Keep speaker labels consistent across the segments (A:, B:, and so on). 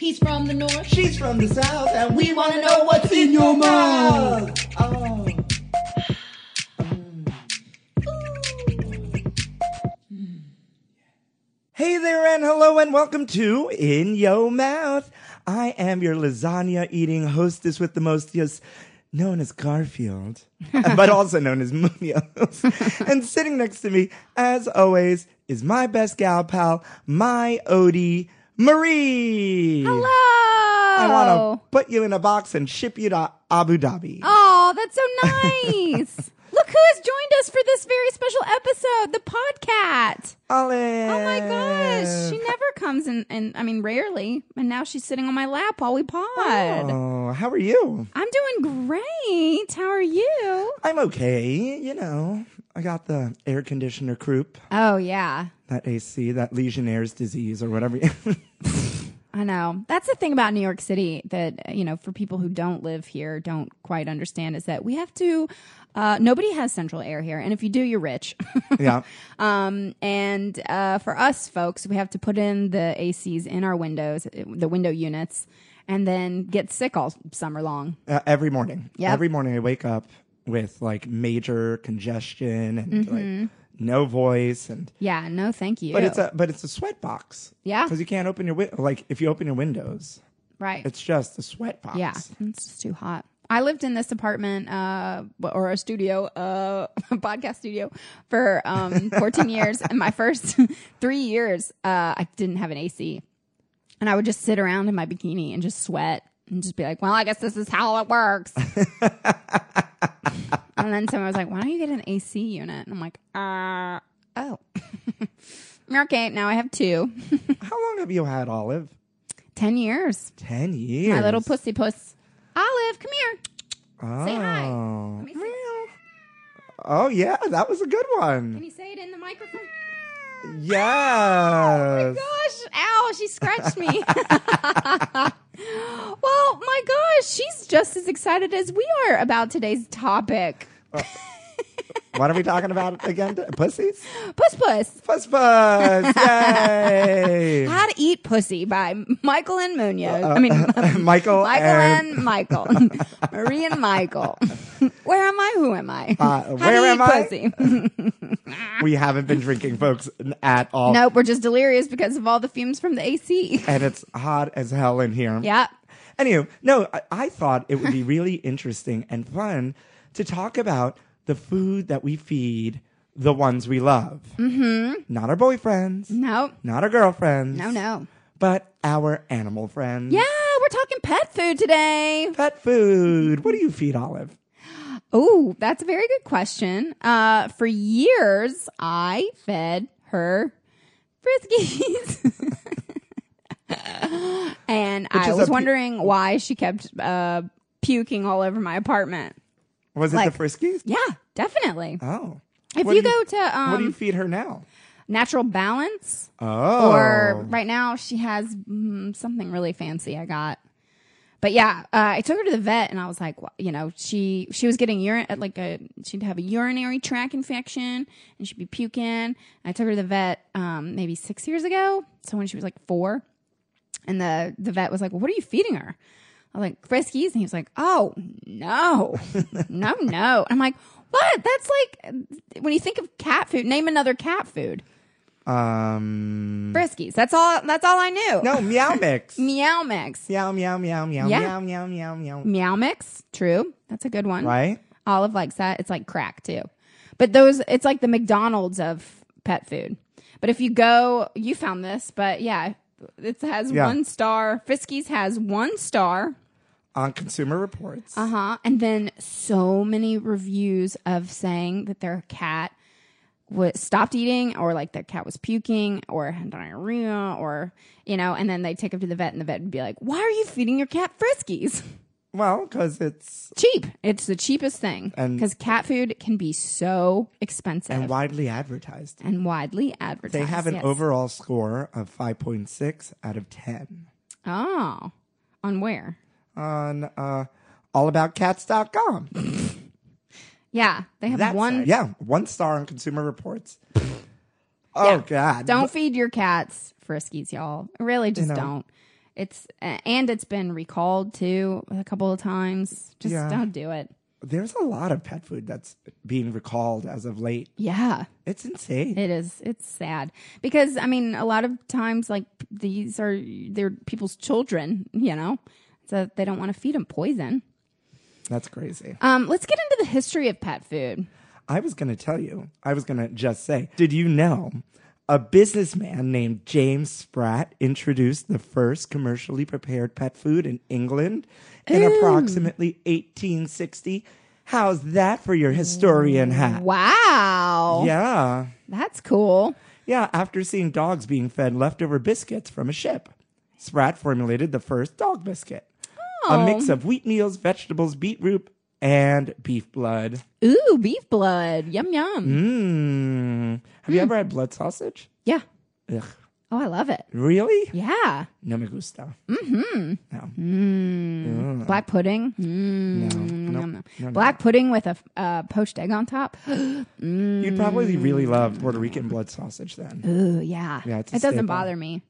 A: He's from the north.
B: She's from the south, and we want to know what's in your mouth. Oh. Oh. Hey there, and hello, and welcome to In Yo Mouth. I am your lasagna eating hostess with the most, yes, known as Garfield, but also known as Munoz. and sitting next to me, as always, is my best gal pal, my Odie, Marie.
A: Hello.
B: I want to put you in a box and ship you to Abu Dhabi.
A: Oh, that's so nice. Look who has joined us for this very special episode, the podcat.
B: Olive.
A: Oh my gosh. She never comes in and I mean rarely. And now she's sitting on my lap while we pod.
B: Oh, how are you?
A: I'm doing great. How are you?
B: I'm okay. You know, I got the air conditioner croup,
A: Oh yeah.
B: that AC, that Legionnaire's disease, or whatever.
A: I know. That's the thing about New York City that, you know, for people who don't live here, don't quite understand is that we have to, uh, nobody has central air here. And if you do, you're rich.
B: yeah.
A: Um, and uh, for us folks, we have to put in the ACs in our windows, the window units, and then get sick all summer long.
B: Uh, every morning.
A: Yep.
B: Every morning I wake up with like major congestion and like
A: Mm-hmm.
B: no voice and
A: Yeah, no, thank you.
B: but it's a but it's a sweat box.
A: Yeah.
B: Cuz you can't open your win- like if you open your windows,
A: right.
B: it's just a sweat box.
A: yeah, it's just too hot. I lived in this apartment uh, or a studio, uh, podcast studio, for um, 14 years. And my first three years, uh, I didn't have an AC. And I would just sit around in my bikini and just sweat and just be like, well, I guess this is how it works. and then someone was like, why don't you get an AC unit? And I'm like, uh, oh. okay, now I have two.
B: How long have you had Olive?
A: 10 years.
B: 10 years.
A: My little pussy puss. Olive, come here.
B: Oh.
A: Say hi. Let me see.
B: Oh yeah, that was a good
A: Can
B: one.
A: you say it in the microphone? Oh,
B: Yes.
A: Gosh, ow, she scratched me. well, my gosh, she's just as excited as we are about today's topic.
B: what are we talking about again? Pussies?
A: Puss Puss.
B: Fuss fuss. Yay.
A: How to Eat Pussy by Michael and Munoz. I mean,
B: Uh, Michael,
A: Michael
B: and,
A: and Michael. Marie and Michael. Where am I? Who am I?
B: Uh,
A: How to
B: where
A: eat
B: am I? Oh.
A: Pussy.
B: we haven't been drinking folks n- at all.
A: nope, we're just delirious because of all the fumes from the AC.
B: And it's hot as hell in here.
A: yeah.
B: Anywho, no, I, I thought it would be really interesting and fun to talk about the food that we feed the ones we love. Mm-hmm. Not our boyfriends,
A: Nope.
B: not our girlfriends.
A: No, no.
B: But our animal friends.
A: Yeah, we're talking pet food today.
B: Pet food. What do you feed Olive?
A: Oh, that's a very good question. Uh, for years, I fed her friskies. and
B: is
A: I
B: a
A: was
B: pu-
A: wondering why she kept uh, puking all over my apartment.
B: Was it
A: Like-
B: the Friskies?
A: Yeah, definitely.
B: Oh.
A: If
B: What
A: you
B: do
A: go to
B: What do
A: um,
B: you feed her now?
A: Natural Balance,
B: Oh.
A: or right now she has mm, something really fancy I got. But yeah, uh, I took her to the vet, and I was like, wha- you know, she she was getting urine at like a she'd have a urinary tract infection, and she'd be puking. I took her to the vet um, maybe six years ago, so when she was like four, and the the vet was like, well, "What are you feeding her?" I was like, "Friskies," and he was like, "Oh no, no, no." I'm like, "What? That's like uh, when you think of cat food. Name another cat food."
B: Oh, Um.
A: Friskies. That's all. That's all I knew.
B: No, meow mix.
A: Meow mix.
B: meow, meow, meow, meow,
A: Yeah.
B: meow, meow, meow, meow.
A: Meow mix. True. That's a good one.
B: Right?
A: Olive likes that. It's like crack too. But those, it's like the McDonald's of pet food. But if you go, you found this, but yeah, it has
B: Yeah.
A: one star. Friskies has one star.
B: On Consumer Reports.
A: Uh huh. And then so many reviews of saying that their cat was stopped eating, or like their cat was puking, or had diarrhea, or you know. And then they take him to the vet, and the vet would be like, "Why are you feeding your cat Friskies?
B: Well, because it's
A: Cheap. It's the cheapest thing
B: And-
A: because cat food can be so expensive
B: and
A: and,
B: widely advertised.
A: widely advertised.
B: They have an
A: yes.
B: overall score of 5.6 out of 10
A: Oh, on where?
B: on uh, allaboutcats.com.
A: Yeah, they have
B: That's
A: one.
B: Yeah, one star on Consumer Reports. Oh, God.
A: Don't feed your cats Friskies, y'all. Really, just
B: know.
A: don't. It's uh, and it's been recalled too a couple of times. Just
B: Yeah.
A: don't do it.
B: There's a lot of pet food that's being recalled as of late.
A: Yeah.
B: It's insane.
A: It is. It's sad because I mean, a lot of times, like p- these are they're people's children, you know, so they don't want to feed them poison.
B: That's crazy.
A: Um, let's get into the history of pet food.
B: I was going to tell you. I was going to just say, did you know a businessman named James Spratt introduced the first commercially prepared pet food in England in approximately 1860? How's that for your historian hat?
A: Wow,
B: Yeah.
A: that's cool.
B: Yeah, after seeing dogs being fed leftover biscuits from a ship, Spratt formulated the first dog biscuit. A
A: Oh.
B: mix of wheat meals, vegetables, beetroot, and beef blood.
A: Ooh, beef blood, yum yum.
B: Mm. Mmm. Have
A: Hmm.
B: you ever had blood sausage?
A: Yeah.
B: Ugh.
A: Oh, I love it.
B: Really?
A: Yeah.
B: No me gusta. Mm-hmm. No.
A: Black pudding. Mm.
B: No.
A: Yum,
B: no.
A: yum. Black pudding with a f- uh, poached egg on top.
B: You'd probably really love Puerto Rican blood sausage then.
A: Ooh, yeah.
B: Yeah, it's a
A: it doesn't
B: staple.
A: bother me.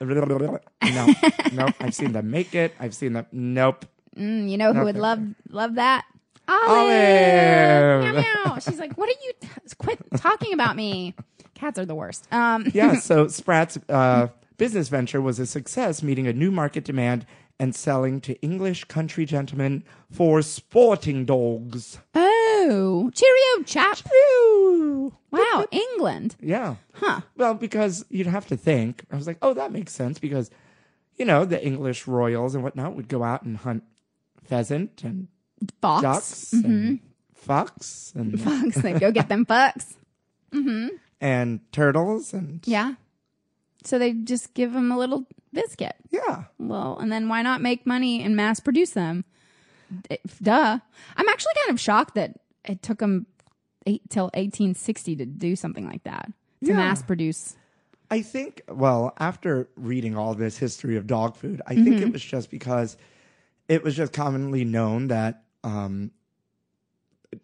B: no. Nope. I've seen them make it. I've seen them. Nope.
A: Mm, you know who would
B: Nothing.
A: love love that? Olive.
B: Olive.
A: Meow, meow. She's like, "What are you? quit talking about me." Cats are the worst. Um,
B: yeah, so Spratt's uh, business venture was a success, meeting a new market demand and selling to English country gentlemen for sporting dogs.
A: Oh, cheerio, chap.
B: Phew.
A: Wow, England.
B: Yeah.
A: Huh.
B: Well, because you'd have to think. I was like, oh, that makes sense because, you know, the English royals and whatnot would go out and hunt pheasant and
A: Fox.
B: ducks and fox and,
A: Fox. They go get them bucks.
B: and turtles and
A: Yeah. So they just give them a little biscuit.
B: yeah.
A: Well, and then why not make money and mass produce them? D- Duh. I'm actually kind of shocked that it took them eight, till 1860 to do something like that to
B: Yeah.
A: mass produce.
B: I think, well, after reading all this history of dog food, I think it was just because it was just commonly known that um,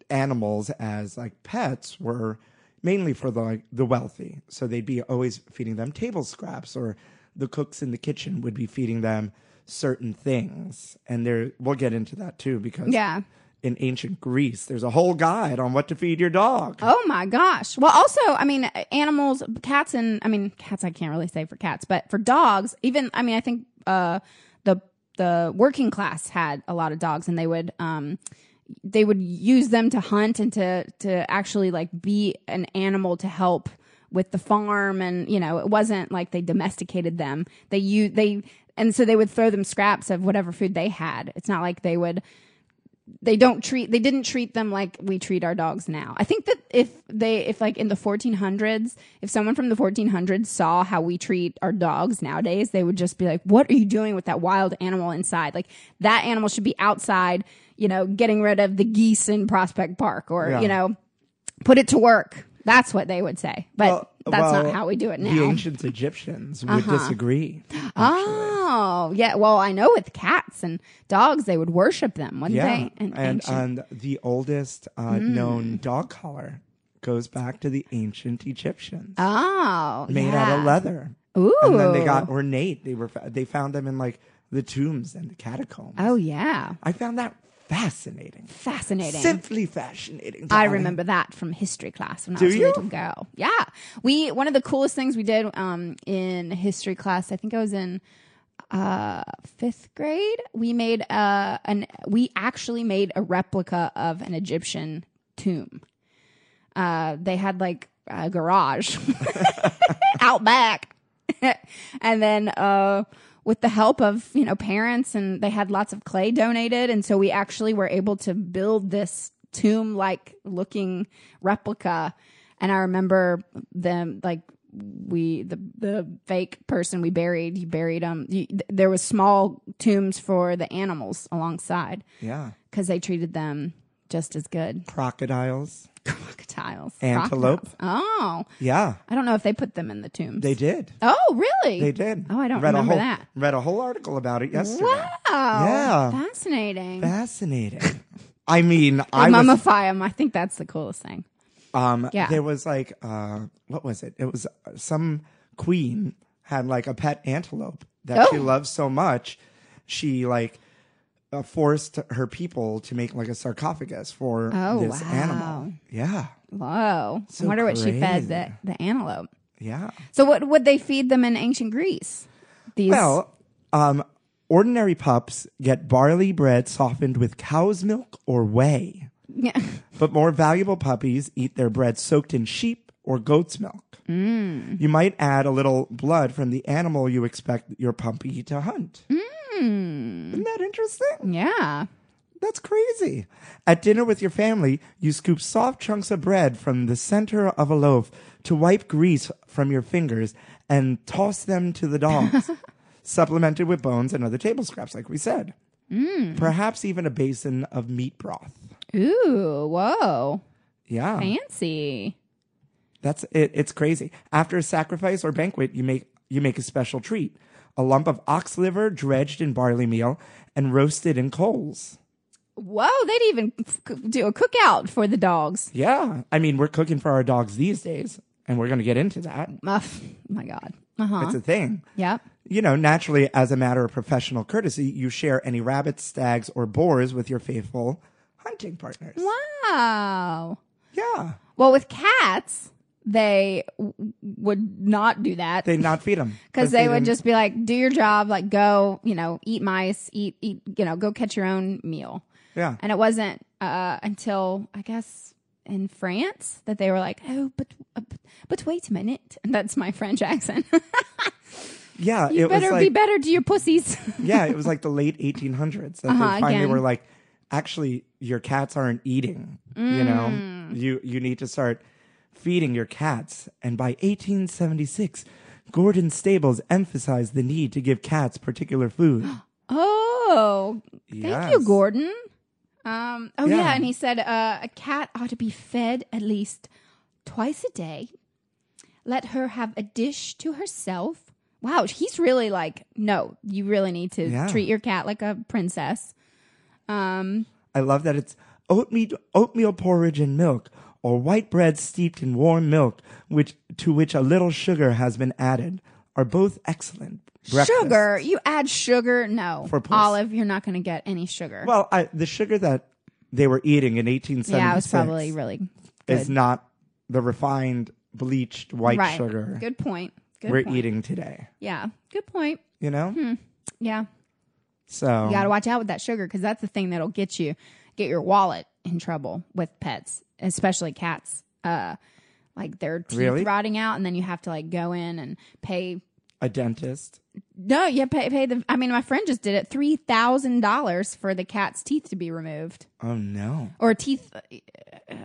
B: animals as like pets were mainly for the like, the wealthy. So they'd be always feeding them table scraps or the cooks in the kitchen would be feeding them certain things. And there we'll get into that too because
A: Yeah.
B: in ancient Greece there's a whole guide on what to feed your dog.
A: Oh my gosh. Well, also, I mean, animals, cats, and I mean, cats. I can't really say for cats, but for dogs, even I mean, I think uh, the the working class had a lot of dogs, and they would um, they would use them to hunt and to to actually like be an animal to help with the farm and you know it wasn't like they domesticated them they you they and so they would throw them scraps of whatever food they had it's not like they would they don't treat they didn't treat them like we treat our dogs now. I think that if they if like in the 1400s, if someone from the 1400s saw how we treat our dogs nowadays, they would just be like, "What are you doing with that wild animal inside? Like that animal should be outside, you know, getting rid of the geese in Prospect Park or,
B: Yeah.
A: you know, put it to work." That's what they would say. But that's
B: well,
A: not how we do it
B: The
A: now. Uh-huh.
B: ancient Egyptians would disagree.
A: Oh, yeah. Well, I know with cats and dogs, they would worship them, wouldn't
B: Yeah,
A: they?
B: and, uh, and,
A: ancient- Mm.
B: the oldest uh, known dog collar goes back to the ancient Egyptians,
A: Oh,
B: made out of
A: yeah.
B: leather.
A: Ooh.
B: And then they got ornate. They were fa- they found them in like the tombs and the catacombs.
A: Oh yeah,
B: I found that fascinating,
A: fascinating.
B: simply fascinating.
A: I
B: darling.
A: remember that from history class when I
B: Do
A: was a
B: you?
A: little girl. Yeah, we one of the coolest things we did um, in history class. I think I was in uh, fifth grade. We made uh, an we actually made a replica of an Egyptian tomb. Uh, they had like a garage out back. and then uh, with the help of you know parents and they had lots of clay donated and so we actually were able to build this tomb like looking replica and i remember them like we the the fake person we buried you buried them you, th- there was small tombs for the animals alongside
B: Yeah,
A: because they treated them just as good
B: crocodiles.
A: crocodiles
B: Antelope.
A: crocodiles. oh
B: Yeah,
A: i don't know if they put them in the tombs
B: they did.
A: oh really
B: They did.
A: Oh, I don't
B: read
A: remember
B: a whole,
A: that.
B: Read a whole article about it yesterday.
A: Wow.
B: Yeah.
A: Oh, Fascinating.
B: Fascinating. I mean, I was
A: Mummify them. I think that's the coolest thing.
B: Um,
A: Yeah.
B: There was like, uh, what was it? It was uh, some queen had like a pet antelope that she
A: Oh.
B: loves so much, she like uh, forced her people to make like a sarcophagus for
A: Oh,
B: this
A: wow.
B: animal. Yeah,
A: Whoa. I
B: So
A: wonder what she
B: crazy.
A: fed the, the antelope.
B: yeah.
A: So what would they feed them in ancient Greece? These
B: Well, um, ordinary pups get barley bread softened with cow's milk or whey, but more valuable puppies eat their bread soaked in sheep or goat's milk. You might add a little blood from the animal you expect your puppy to hunt. Isn't that interesting?
A: Yeah.
B: That's crazy. At dinner with your family, you scoop soft chunks of bread from the center of a loaf to wipe grease from your fingers and toss them to the dogs, supplemented with bones and other table scraps, like we said. Perhaps even a basin of meat broth.
A: Ooh, whoa.
B: Yeah,
A: Fancy.
B: that's it. It's crazy. After a sacrifice or banquet, you make you make a special treat: a lump of ox liver dredged in barley meal and roasted in coals.
A: Whoa, they'd even f- c- do a cookout for the dogs.
B: Yeah, I mean we're cooking for our dogs these days, and we're going to get into that.
A: Ugh, Oh my God. Uh huh.
B: It's a thing.
A: Yep.
B: You know, naturally, as a matter of professional courtesy, you share any rabbits, stags, or boars with your faithful hunting partners.
A: Wow.
B: Yeah.
A: Well, with cats, they w- would not do that
B: They not feed them.
A: because they would just be like, "Do your job, like go, you know, eat mice, eat, eat, you know, go catch your own meal."
B: Yeah.
A: And it wasn't uh, until I guess in France that they were like, "Oh, but uh, but- but wait a minute," and that's my French accent.
B: Yeah.
A: you
B: it was
A: better be
B: like,
A: better to your pussies.
B: yeah, it was like the late 1800s that
A: Uh-huh,
B: they finally
A: again.
B: were like, actually, your cats aren't eating. You
A: Mm.
B: know, you, you need to start feeding your cats. And by 1876, Gordon Stables emphasized the need to give cats particular food.
A: oh, thank you,
B: Yes.
A: Gordon. Um, oh yeah.
B: Yeah.
A: and he said uh, a cat ought to be fed at least twice a day. Let her have a dish to herself. Wow, he's really like, no, you really need to
B: Yeah.
A: treat your cat like a princess. Um,
B: I love that it's oatmeal, oatmeal porridge and milk, or white bread steeped in warm milk, which to which a little sugar has been added, are both excellent. breakfasts.
A: sugar, you add sugar? No,
B: For puss.
A: Olive, you're not going to get any sugar.
B: Well, I, the sugar that they were eating in 1876
A: yeah, it was probably really
B: is not the refined, bleached white
A: right.
B: sugar
A: Good point. Good
B: we're
A: point.
B: eating today.
A: Yeah, good point.
B: You know,
A: Yeah.
B: so
A: You got to watch out with that sugar because that's the thing that'll get you, get your wallet in trouble with pets, especially cats. Uh, like their teeth
B: Really?
A: rotting out, and then you have to like go in and pay.
B: a dentist.
A: No, you pay, pay the. I mean, my friend just did it three thousand dollars for the cat's teeth to be removed
B: Oh no!
A: or teeth. uh,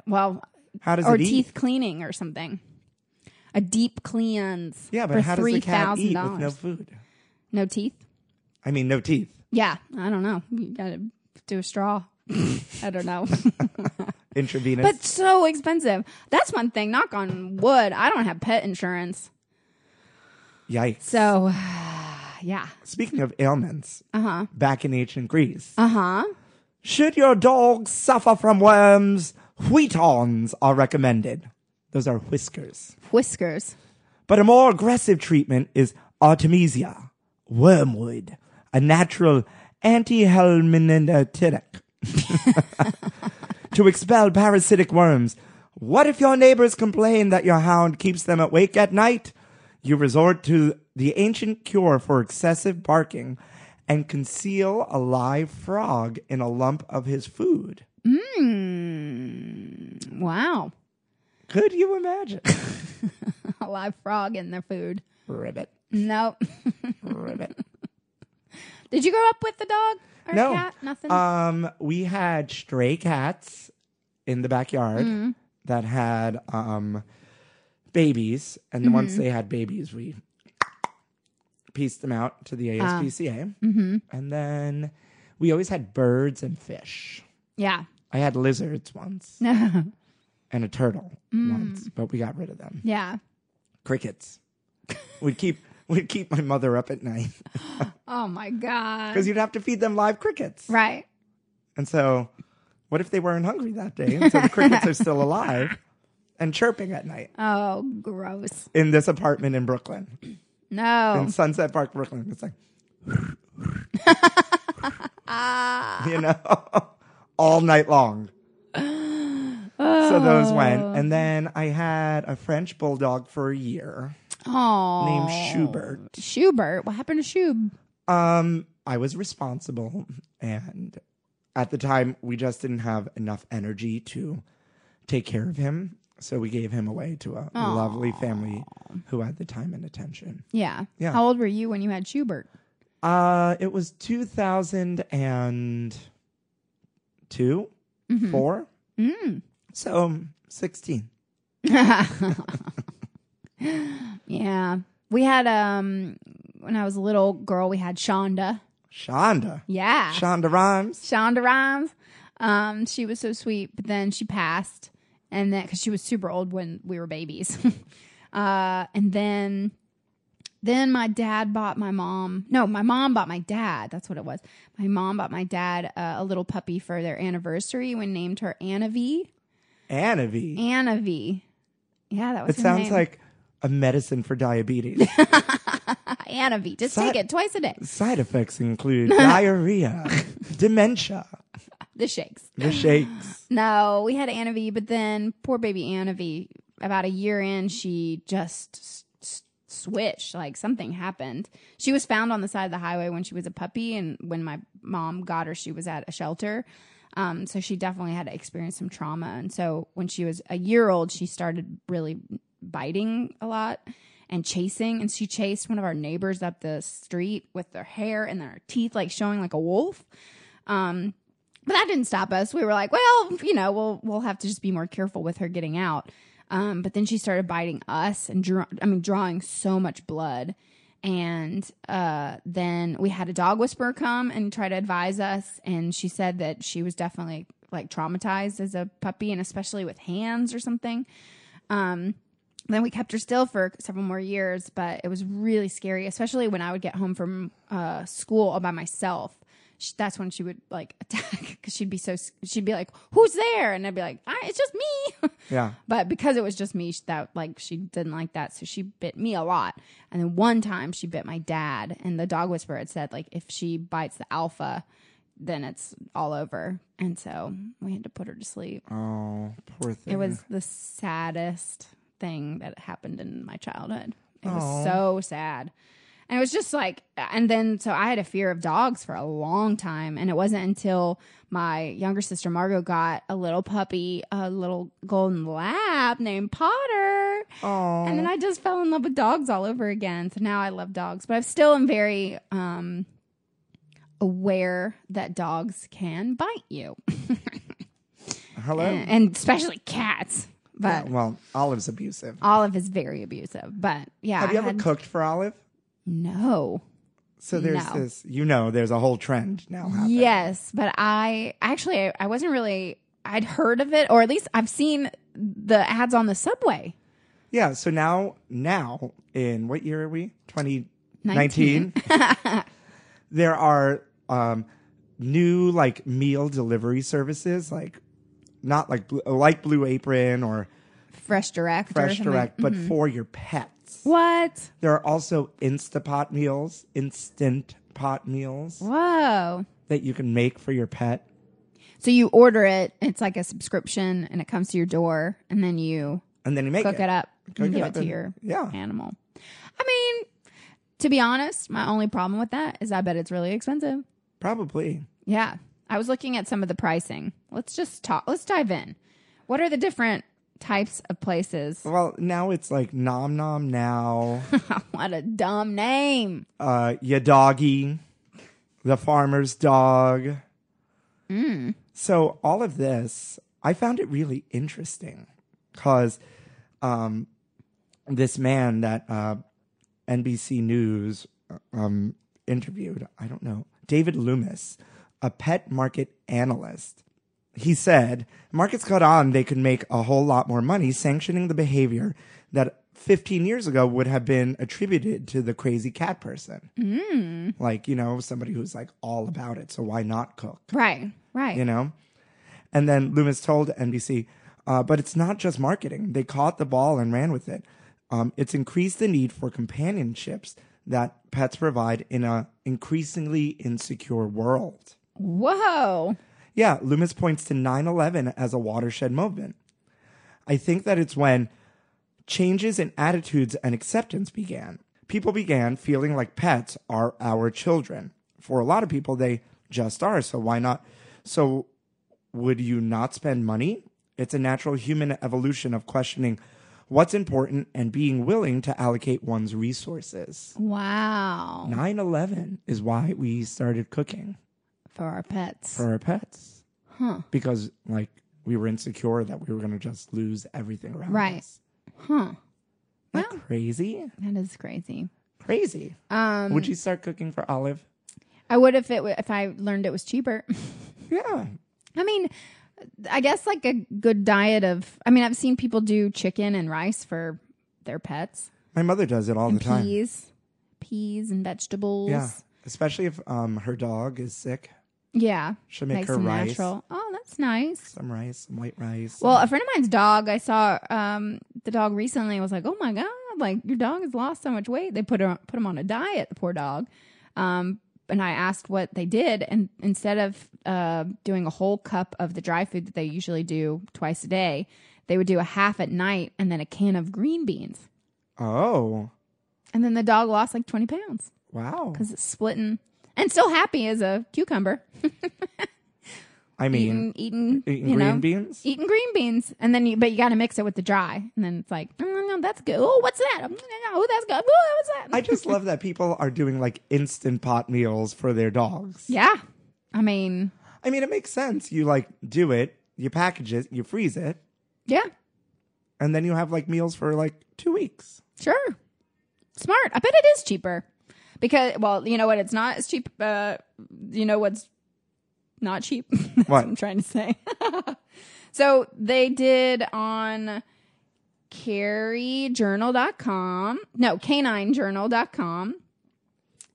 A: Well,
B: How does
A: or
B: it eat?
A: teeth cleaning or something. A deep cleanse.
B: yeah, but
A: for
B: how does the cat eat with no
A: $3,000.
B: food?
A: No teeth.
B: I mean, no teeth.
A: Yeah, I don't know. You gotta do a straw. I don't know.
B: Intravenous.
A: but so expensive. That's one thing. Knock on wood. I don't have pet insurance,
B: Yikes.
A: so yeah.
B: Speaking of ailments,
A: Uh-huh.
B: back in ancient Greece,
A: Uh huh.
B: should your dog suffer from worms, wheatons are recommended. Those are whiskers.
A: Whiskers.
B: But a more aggressive treatment is artemisia, wormwood, a natural antihelminthitic to expel parasitic worms. What if your neighbors complain that your hound keeps them awake at night? You resort to the ancient cure for excessive barking and conceal a live frog in a lump of his food.
A: Hmm, Wow.
B: Could you imagine?
A: A live frog in their food.
B: ribbit,
A: Nope.
B: ribbit.
A: Did you grow up with a dog or
B: no,
A: a cat? Nothing.
B: Um, we had stray cats in the backyard that had um babies, and then once they had babies, we pieced them out to the ASPCA, and then we always had birds and fish.
A: yeah.
B: I had lizards once and a turtle once, but we got rid of them.
A: yeah.
B: Crickets. We'd keep we'd keep my mother up at night
A: Oh my god.
B: because you'd have to feed them live crickets.
A: Right.
B: And so, what if they weren't hungry that day? And so the crickets are still alive and chirping at night
A: Oh, gross.
B: in this apartment in Brooklyn.
A: No.
B: in Sunset Park, Brooklyn. It's like, you know, all night long. So those went. And then I had a French bulldog for a year
A: Oh.
B: named Schubert.
A: Schubert. What happened to Schub?
B: Um, I was responsible, and at the time, we just didn't have enough energy to take care of him. So we gave him away to a lovely family who had the time and attention.
A: Yeah.
B: Yeah.
A: How old were you when you had Schubert?
B: Uh, it was 2002, 4. So um, 16.
A: Yeah. We had um when I was a little girl, we had Shonda.
B: Shonda.
A: Yeah.
B: Shonda Rhimes.
A: Shonda Rhimes. Um, she was so sweet, but then she passed, and then because she was super old when we were babies, uh, and then then my dad bought my mom. No, my mom bought my dad. That's what it was. My mom bought my dad uh, a little puppy for their anniversary. We named her Anna V.
B: Anna V.
A: Anna V. Yeah, that was.
B: It
A: her
B: sounds
A: name.
B: like a medicine for diabetes.
A: Anna V. Just
B: So-
A: take it twice a day.
B: Side effects include diarrhea, dementia,
A: The shakes.
B: the shakes.
A: No, we had Anna V, but then poor baby Anna V, about a year in, she just s- s- switched. Like something happened. She was found on the side of the highway when she was a puppy, and when my mom got her, she was at a shelter. Um, so she definitely had experienced some trauma. And so when she was a year old, she started really biting a lot and chasing. And she chased one of our neighbors up the street with their hair and their teeth, like showing like a wolf. Um, but that didn't stop us. We were like, well, you know, we'll we'll have to just be more careful with her getting out. Um, but then she started biting us and draw, I mean, drawing so much blood. And uh, then we had a dog whisperer come and try to advise us, and she said that she was definitely like traumatized as a puppy, and especially with hands or something. Um, then we kept her still for several more years, but it was really scary, especially when I would get home from uh, school all by myself. Sh that's when she would like attack because she'd be so s- she'd be like, "Who's there?" and I'd be like, I, "It's just me."
B: Yeah.
A: but because it was just me, she, that like she didn't like that, so she bit me a lot. And then one time she bit my dad, and the dog whisperer had said like, if she bites the alpha, then it's all over. And so we had to put her to sleep.
B: Oh, poor thing.
A: It was the saddest thing that happened in my childhood. It was so sad. And it was just like, and then so I had a fear of dogs for a long time. And it wasn't until my younger sister Margot got a little puppy, a little golden lab named Potter.
B: Oh,
A: And then I just fell in love with dogs all over again. So now I love dogs, but I still am very um, aware that dogs can bite you,
B: hello.
A: and especially cats. But
B: Yeah, well, Olive's abusive.
A: Olive is very abusive, but yeah.
B: Have
A: I
B: you ever
A: had-
B: cooked for Olive?
A: No.
B: So there's
A: No.
B: this, you know, there's a whole trend now happening.
A: Yes, but I actually I, I wasn't really I'd heard of it or at least I've seen the ads on the subway.
B: Yeah. So now, now in what year are we? 2019. there are um, new like meal delivery services, like not like Blue- like Blue Apron or
A: Fresh Direct. or
B: Fresh
A: something.
B: Direct, but for your pets.
A: What?
B: There are also Instapot meals, instant pot meals
A: Whoa.
B: that you can make for your pet.
A: So you order it, it's like a subscription and it comes to your door and then you
B: And then you make
A: cook it up
B: Cook
A: and
B: it
A: give it
B: up
A: to
B: and-
A: your
B: yeah.
A: animal. I mean, to be honest, my only problem with that is I bet it's really expensive.
B: Probably.
A: Yeah. I was looking at some of the pricing. Let's just talk. Let's dive in. What are the different types of places?
B: Well, now it's like Nom Nom Now,
A: what a dumb name.
B: uh, Ya Doggy, The Farmer's Dog. So, all of this, I found it really interesting because um, this man that uh, NBC News um, interviewed, I don't know, David Loomis, a pet market analyst. He said, markets caught on, they could make a whole lot more money sanctioning the behavior that 15 years ago would have been attributed to the crazy cat person. Like, you know, somebody who's like all about it. So why not cook?
A: Right. Right.
B: you know? And then Loomis told NBC, uh, but it's not just marketing. They caught the ball and ran with it. Um, it's increased the need for companionships that pets provide in an increasingly insecure world.
A: Whoa.
B: Yeah, Loomis points to 9 11 as a watershed moment. I think that it's when changes in attitudes and acceptance began. People began feeling like pets are our children. For a lot of people, they just are. So why not? So would you not spend money? It's a natural human evolution of questioning what's important and being willing to allocate one's resources.
A: Wow.
B: 9 11 is why we started cooking
A: For our pets.
B: for our pets
A: huh.
B: because like we were insecure that we were going to just lose everything around
A: Right.
B: us.
A: Huh.
B: Isn't that crazy?
A: That is crazy.
B: Crazy.
A: Um,
B: Would you start cooking for Olive?
A: I would if it w- if I learned it was cheaper.
B: Yeah.
A: I mean, I guess like a good diet of. I mean, I've seen people do chicken and rice for their pets.
B: My mother does it all the time.
A: Peas, peas and vegetables.
B: Yeah. Especially if um her dog is sick.
A: Yeah.
B: She'll make
A: Nice
B: her
A: and
B: rice.
A: natural. Oh, that's nice.
B: Some rice, some white rice.
A: Well, a friend of mine's dog, I saw um, the dog recently. I was like, oh my God, like your dog has lost so much weight. They put, her, put him on a diet, the poor dog. Um, and I asked what they did. And instead of uh, doing a whole cup of the dry food that they usually do twice a day, they would do a half at night and then a can of green beans.
B: oh.
A: And then the dog lost like 20 pounds
B: Wow.
A: because it's splitting and still happy as a cucumber.
B: I mean,
A: Eating, eating,
B: eating
A: you
B: green
A: know,
B: beans?
A: eating green beans, and then you, but you got to mix it with the dry, and then it's like, mm, no, that's good. Oh, what's that? Mm, Oh, that's good. Oh, what's that?
B: I just love that people are doing like instant pot meals for their dogs.
A: yeah, I mean,
B: I mean, it makes sense. You like do it, you package it, you freeze it,
A: yeah,
B: and then you have like meals for like two weeks.
A: sure, smart. I bet it is cheaper because, well, you know what? It's not as cheap. Uh, you know what's not cheap? that's
B: What?
A: I'm trying to say. so they did on carryjournal.com no caninejournal.com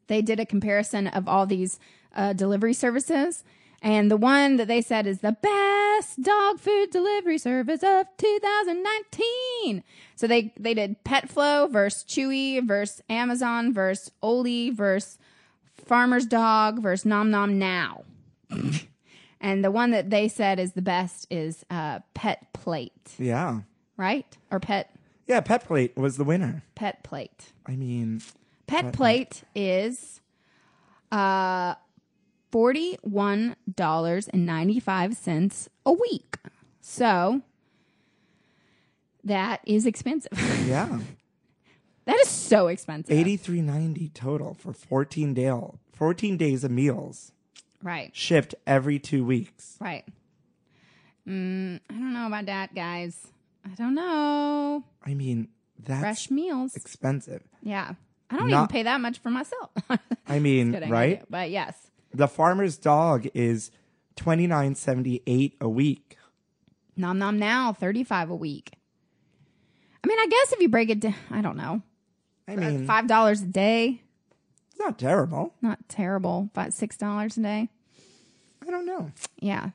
A: they did a comparison of all these uh, delivery services and the one that they said is the best dog food delivery service of 2019 so they they did petflow versus chewy versus amazon versus oli versus farmer's dog versus nom nom now and the one that they said is the best is uh, pet plate
B: Yeah.
A: right or pet
B: Yeah, Pet Plate was the winner.
A: pet plate
B: I mean, Uh,
A: pet plate is uh forty one dollars and ninety five cents a week so that is expensive
B: yeah,
A: that is so expensive
B: eighty three ninety total for fourteen day fourteen days of meals
A: right
B: shipped every two weeks.
A: right mm, i don't know about that guys i don't know
B: I mean, that's
A: fresh meals
B: expensive.
A: yeah i don't even
B: not-
A: pay that much for myself
B: I mean,
A: Kidding, I
B: right?
A: do, but yes
B: The farmer's dog is twenty nine seventy eight a week.
A: Nom Nom Now, 35 a week. I mean, I guess if you break it down, I don't know.
B: I mean,
A: $5 Uh, a day,
B: it's not terrible.
A: not terrible, but $6 a day.
B: I don't know.
A: Yeah.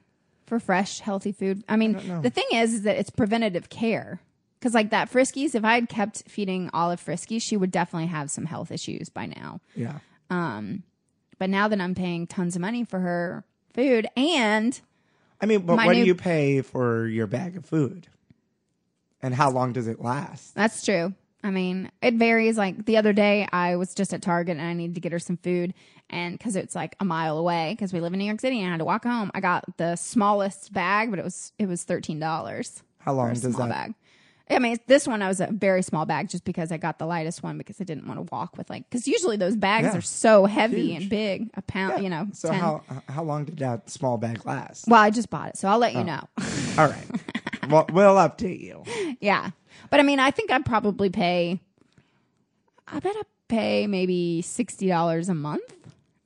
A: For fresh, healthy food. I mean, the thing is, is that it's preventative care. Because, like that Friskies, if I had kept feeding Olive Friskies, she would definitely have some health issues by now.
B: Yeah,
A: But now that I'm paying tons of money for her food and
B: I mean, but
A: My
B: what
A: new-
B: do you pay for your bag of food? And how long does it last?
A: That's true. I mean, it varies. Like the other day, I was just at Target and I needed to get her some food. And because it's like a mile away, because we live in New York City and I had to walk home, I got the smallest bag, but it was it was thirteen dollars.
B: How long does that?
A: Small bag. I mean, this one I was a very small bag just because I got the lightest one because I didn't want to walk with like because usually those bags
B: Yeah.
A: are so heavy
B: Huge.
A: and big, a pound, you know.
B: So
A: 10.
B: how how long did that small bag last?
A: Well, I just bought it, so I'll let
B: Oh.
A: you know.
B: All right. well, we'll update you.
A: Yeah. But I mean, I think I'd probably pay, I bet I pay maybe $60 a month,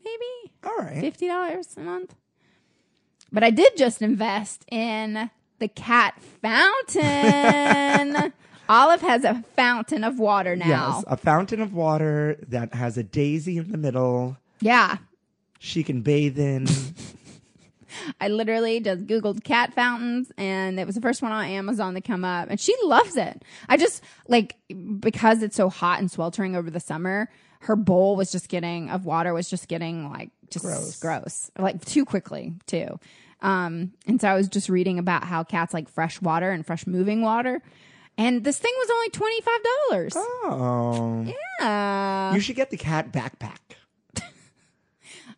A: maybe
B: All right.
A: $50 a month. But I did just invest in the cat fountain. Olive has a fountain of water now.
B: Yes, a fountain of water that has a daisy in the middle.
A: Yeah.
B: She can bathe in.
A: I literally just Googled cat fountains and it was the first one on Amazon to come up and she loves it. I just like because it's so hot and sweltering over the summer, her bowl was just getting of water was just getting like just gross, like too quickly too. Um, and so I was just reading about how cats like fresh water and fresh moving water. And this thing was only twenty five dollars.
B: Oh.
A: Yeah.
B: You should get the cat backpack.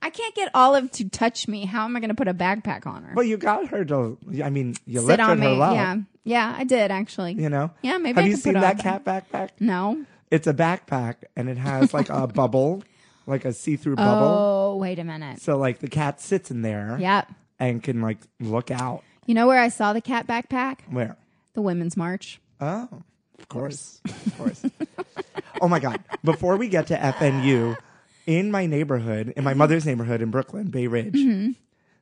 A: I can't get Olive to touch me. How am I going to put a backpack on her?
B: Well, you got her to. I mean, you
A: Sit
B: lifted
A: on
B: her
A: me.
B: up.
A: Yeah. Yeah, I did actually.
B: You know.
A: Yeah, maybe
B: Have
A: I
B: you
A: can
B: seen
A: put it
B: that
A: on.
B: cat backpack?
A: No.
B: It's a backpack, and it has like a bubble, like a see-through bubble.
A: Oh, wait a minute.
B: So like the cat sits in there
A: Yep.
B: and can like look out.
A: You know where I saw the cat backpack?
B: Where?
A: The women's march.
B: Oh, of course. Of course. oh my God. Before we get to FNU, in my neighborhood, in my mother's neighborhood in Brooklyn, Bay Ridge,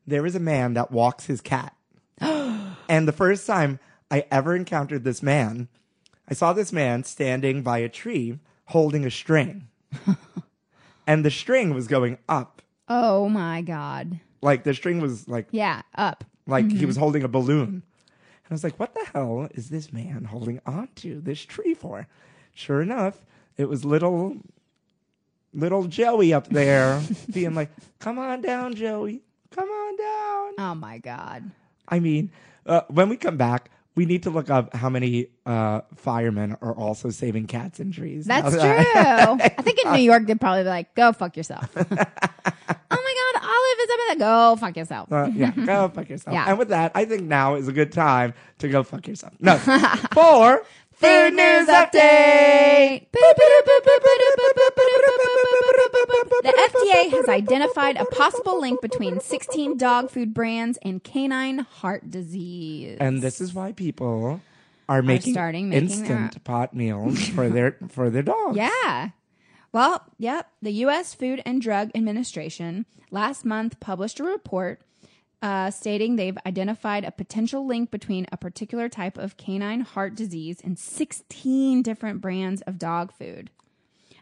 B: there is a man that walks his cat. and the first time I ever encountered this man, I saw this man standing by a tree holding a string. and the string was going up.
A: Oh my god.
B: Like the string was like
A: Yeah, up.
B: like he was holding a balloon. And I was like, what the hell is this man holding onto this tree for? Sure enough, it was little little Joey up there being like, come on down, Joey. Come on down.
A: Oh my god.
B: I mean, uh, when we come back, we need to look up how many uh, firemen are also saving cats and trees.
A: That's
B: Now
A: true.
B: that-
A: I think in New York they'd probably be like, "Go fuck yourself." oh my god, Olive is up in the go fuck yourself.
B: Uh, yeah, go fuck yourself.
A: Yeah.
B: And with that, I think now is a good time to go fuck yourself. No, for food news update.
A: The FDA has identified a possible link between 16 dog food brands and canine heart disease.
B: And this is why people are making
A: starting making their
B: instant
A: own-
B: pot meals for their for their dogs.
A: Yeah. Well, yep. The U.S. Food and Drug Administration last month published a report uh, stating they've identified a potential link between a particular type of canine heart disease and 16 different brands of dog food.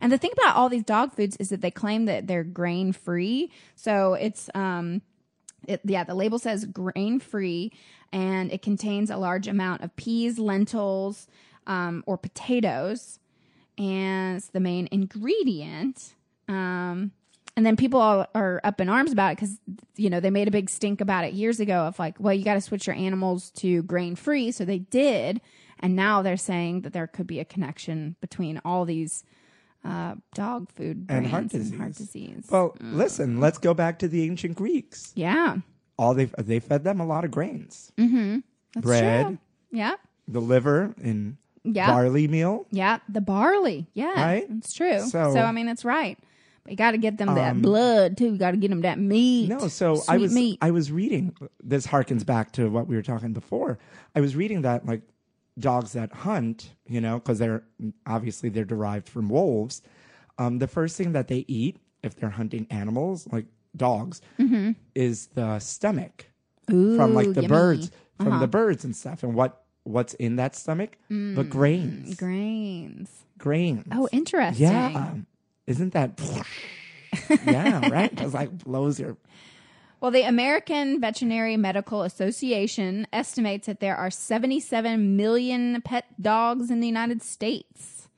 A: And the thing about all these dog foods is that they claim that they're grain free. So it's, um, it, yeah, the label says grain free and it contains a large amount of peas, lentils, um, or potatoes as the main ingredient. Um, and then people all are up in arms about it because, you know, they made a big stink about it years ago of like, well, you got to switch your animals to grain free. So they did. And now they're saying that there could be a connection between all these uh, dog food
B: And
A: brands
B: heart
A: and heart
B: disease.
A: disease.
B: Well, listen, let's go back to the ancient Greeks.
A: yeah,
B: All they they fed them a lot of grains.
A: Mm-hmm. that's
B: Bread.
A: true. Yeah.
B: The liver and
A: Yeah.
B: barley meal.
A: Yeah, the barley. Yeah,
B: Right?
A: it's true. So,
B: So- um,
A: I mean, it's right. But you got to get them that blood too. You got to get them that meat.
B: No, so
A: Sweet
B: I was
A: meat.
B: I was reading this harkens back to what we were talking before. I was reading that like dogs that hunt, you know, because they're obviously they're derived from wolves. Um, the first thing that they eat if they're hunting animals like dogs is the stomach from like
A: Mm-hmm. Ooh,
B: the
A: yummy. Uh-huh.
B: birds from the birds and stuff and what what's in that stomach the grains
A: grains.
B: grains
A: Mm, Oh, interesting.
B: yeah isn't that yeah right Just like blows your
A: Well, the American Veterinary Medical Association estimates that there are 77 million pet dogs in the United States,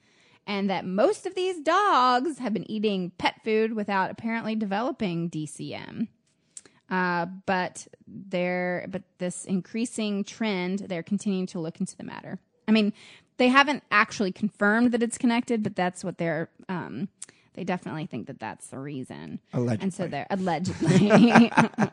A: and that most of these dogs have been eating pet food without apparently developing DCM. Uh, but there, but this increasing trend, they're continuing to look into the matter. I mean, they haven't actually confirmed that it's connected, but that's what they're. Um, they definitely think that that's the reason. And so
B: Allegedly.
A: they're allegedly.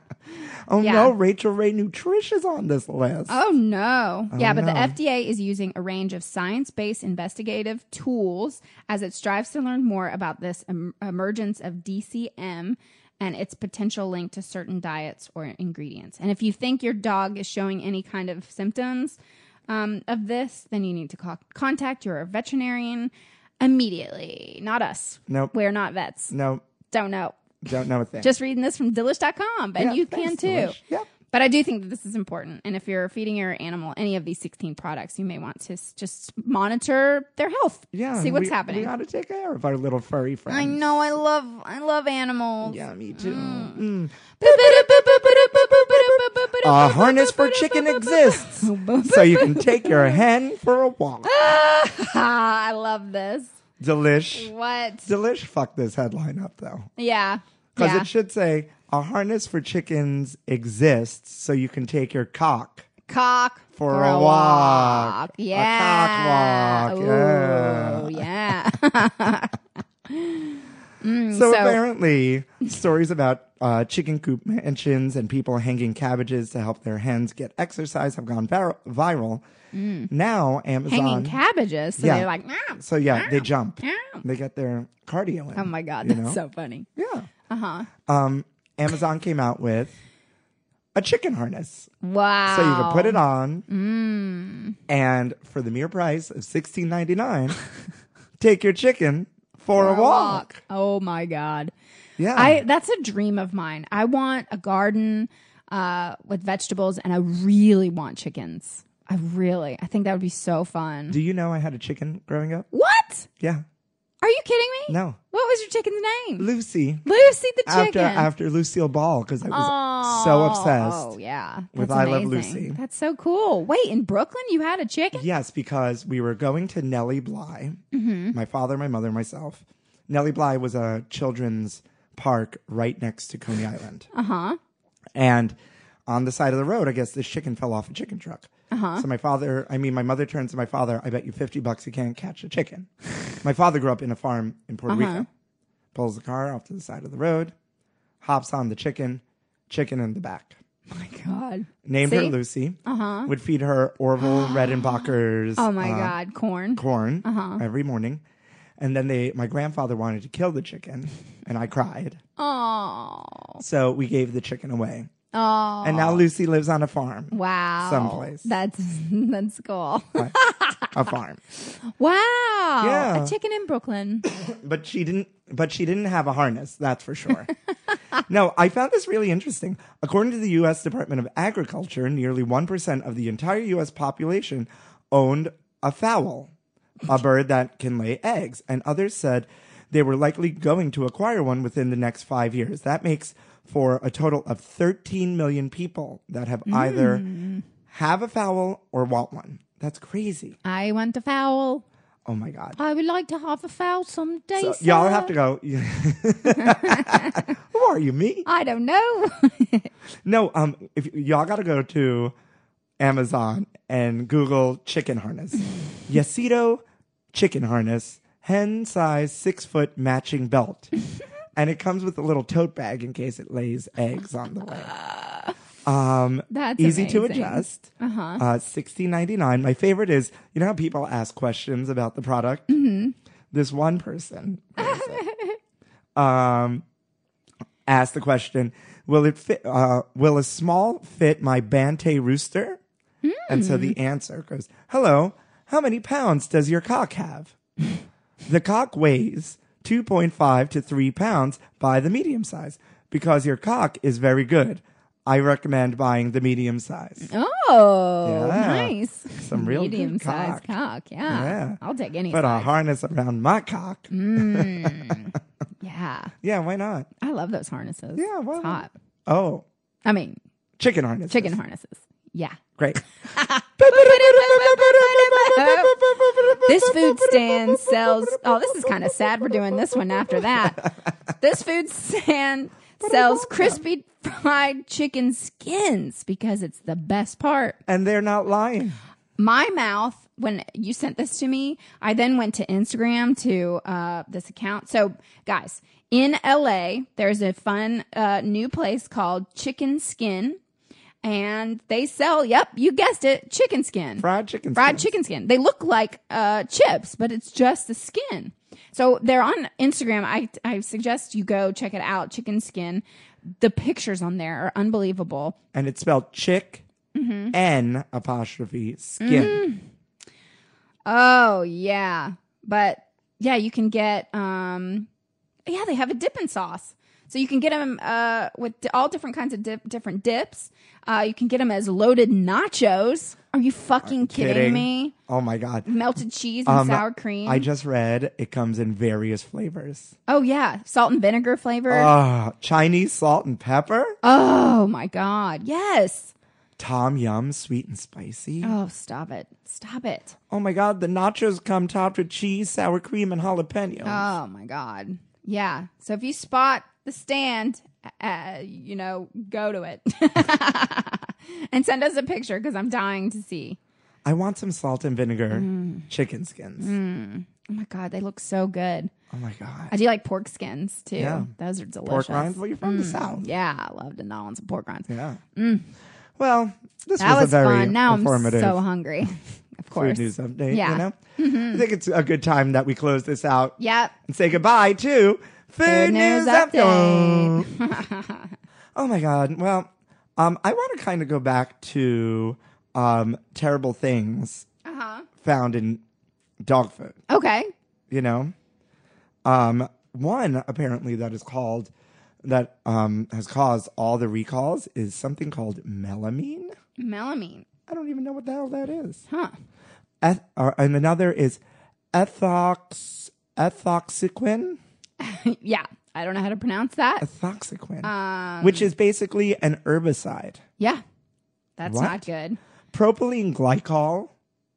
B: Oh
A: Yeah.
B: no, Rachel Ray Nutrish is on this list.
A: Oh no. yeah, but
B: no.
A: the FDA is using a range of science-based investigative tools as it strives to learn more about this em- emergence of DCM and its potential link to certain diets or ingredients. And if you think your dog is showing any kind of symptoms um, of this, then you need to call- contact your veterinarian immediately. Not us.
B: Nope.
A: We're not vets.
B: No,
A: Don't know.
B: don't know a thing.
A: Just reading this from Dilish.com, and
B: Yeah,
A: you
B: thanks,
A: can too.
B: Delish. Yep.
A: But I do think that this is important. And if you're feeding your animal any of these 16 products, you may want to s- just monitor their health.
B: Yeah.
A: See what's
B: we-
A: happening.
B: We gotta take care of our little furry friends.
A: I know I love I love animals.
B: Yeah, me too. Mm. A harness for chicken exists. so you can take your hen for a walk.
A: Ah, I love this.
B: Delish.
A: What?
B: Delish fuck this headline up though.
A: Yeah.
B: Because
A: Yeah.
B: it should say a harness for chickens exists so you can take your cock
A: cock
B: for, a walk.
A: Yeah.
B: A cock walk.
A: Ooh, yeah.
B: so,
A: so-
B: apparently, stories about uh, chicken coop mansions and people hanging cabbages to help their hens get exercise have gone vir- viral. Now Amazon,
A: Mm. Hanging cabbages. So
B: Yeah.
A: they're like, "Meow,
B: so yeah, they jump,
A: meow."
B: they get their cardio in.
A: Oh my God.
B: you
A: That's
B: know?
A: so Uh-huh. funny.
B: yeah. Uh huh. Um, Amazon came out with a chicken harness.
A: Wow.
B: So you can put it on,
A: Mm.
B: and for the mere price of sixteen ninety nine, take your chicken for, a walk.
A: Oh my God.
B: Yeah,
A: I that's a dream of mine. I want a garden uh, with vegetables, and I really want chickens. I really, I think that would be so fun.
B: do. You know I had a chicken growing up.
A: what?
B: Yeah,
A: Are you kidding me?
B: no,
A: What was your chicken's name?
B: Lucy.
A: Lucy the
B: After
A: chicken.
B: after Lucille Ball, because I was
A: oh,
B: so obsessed.
A: Oh yeah,
B: with
A: That's
B: I Love
A: amazing.
B: Lucy.
A: That's so cool. Wait, in Brooklyn, you had a chicken?
B: Yes, because we were going to Nellie Bly,
A: Mm-hmm.
B: my father, my mother, myself. Nellie Bly was a children's park right next to Coney Island. Uh huh.
A: Uh-huh.
B: And on the side of the road, I guess this chicken fell off a chicken truck. Uh
A: Uh-huh.
B: huh. So my father, I mean, my mother turns to my father, I bet you 50 bucks you can't catch a chicken. my father grew up in a farm in Puerto
A: Uh-huh.
B: Rico. Pulls the car off to the side of the road, hops on the chicken, chicken in the back
A: Oh my god.
B: named her
A: See?
B: Lucy. Uh-huh. Would feed her Orville Redenbacher's
A: Oh my
B: uh,
A: god, corn.
B: corn every morning. And then they, my grandfather wanted to kill the chicken, and I cried.
A: Oh.
B: So we gave the chicken away.
A: Oh.
B: And now Lucy lives on a farm.
A: Wow.
B: Someplace.
A: That's that's cool.
B: What? a farm.
A: Wow.
B: Yeah.
A: A chicken in Brooklyn.
B: But she didn't but she didn't have a harness, that's for sure. no, I found this really interesting. According to the US Department of Agriculture, nearly 1% of the entire US population owned a fowl, a bird that can lay eggs, and others said they were likely going to acquire one within the next 5 years. That makes for a total of 13 million people that have either have a fowl or want one. That's crazy.
A: I want a fowl.
B: Oh my god.
A: I would like to have a fowl someday.
B: So,
A: sir.
B: y'all have to go. Who are you, me?
A: I don't know.
B: No, um, if y'all got to go to Amazon and Google chicken harness, Yacito chicken harness, hen size six foot matching belt, and it comes with a little tote bag in case it lays eggs on the way. Um,
A: That's
B: easy to
A: amazing.
B: adjust. Uh-huh. Uh, sixteen ninety nine. My favorite is you know how people ask questions about the product.
A: Mm-hmm.
B: This one person where is it? um, asked the question: Will it fit? Uh, will a small fit my Bante rooster? And so
A: Hmm.
B: the answer goes: Hello, how many pounds does your cock have? the cock weighs two point five to three pounds by the medium size because your cock is very good. I recommend buying the medium size.
A: Oh,
B: Yeah.
A: nice.
B: Some real good
A: medium sized
B: cock.
A: cock. Yeah.
B: Yeah. uh,
A: I'll take any.
B: Put a
A: size.
B: harness around my cock.
A: Mm. yeah.
B: Yeah, why not?
A: I love those harnesses.
B: Yeah,
A: It's
B: well-
A: hot.
B: Oh,
A: I mean,
B: chicken harness.
A: chicken harnesses. Yeah.
B: Great.
A: This food stand sells. Oh, this is kind of sad. We're doing this one after that. This food stand sells crispy fried chicken skins because it's the best part.
B: and they're not lying.
A: my mouth when you sent this to me i then went to instagram to uh, this account so guys in la there's a fun uh, new place called chicken skin and they sell yep you guessed it chicken skin
B: Fried chicken.
A: fried
B: skins.
A: chicken skin. They look like uh, chips, but it's just the skin. So they're on Instagram. I I suggest you go check it out. Chicken skin. The pictures on there are unbelievable.
B: And it's spelled chick
A: Mm-hmm.
B: n apostrophe skin.
A: Mm. Oh yeah, but yeah, you can get um, yeah, they have a dipping sauce. So you can get them uh, with di- all different kinds of dip, different dips. Uh, you can get them as loaded nachos. Are you fucking kidding,
B: Kidding.
A: me?
B: Oh my god.
A: Melted cheese and
B: Um,
A: sour cream.
B: I just read it comes in various flavors.
A: oh yeah, salt and vinegar
B: Uh,
A: flavor.
B: Ah, Chinese salt and pepper.
A: Oh my God. Yes.
B: Tom Yum Sweet and Spicy.
A: Oh, stop it. Stop it.
B: Oh my God, the nachos come topped with cheese, sour cream, and jalapeno.
A: Oh my god. Yeah. So if you spot the stand, uh, you know, go to it. and send us a picture cuz I'm dying to see.
B: I want some salt and vinegar
A: Mm.
B: chicken skins.
A: Oh my god, they look so good.
B: Oh my God.
A: I do like pork skins too.
B: Yeah.
A: Those are delicious.
B: Pork
A: Mm.
B: rinds? Well, you're from the South.
A: Yeah, I love to gnaw on some pork rinds.
B: Yeah. Well, this
A: That
B: was,
A: was,
B: a very
A: fun. Now I'm
B: informative
A: so hungry. Of
B: food
A: course.
B: news update. You
A: Yeah. Mm-hmm.
B: know? I think it's a good time that we close this out
A: Yep.
B: and say goodbye to Food,
A: Food
B: News
A: news
B: Update. oh my God. Well, um, I want to kind of go back to um, terrible things
A: Uh-huh.
B: found in dog food,
A: Okay.
B: you know? Um, one, apparently, that is called, that um, has caused all the recalls is something called melamine.
A: Melamine.
B: I don't even know what the hell that is.
A: Huh.
B: Eth- or, and another is ethox ethoxiquin
A: yeah. I don't know how to pronounce that.
B: ethoxiquin which is basically an herbicide
A: Yeah. That's
B: What?
A: not good.
B: propylene glycol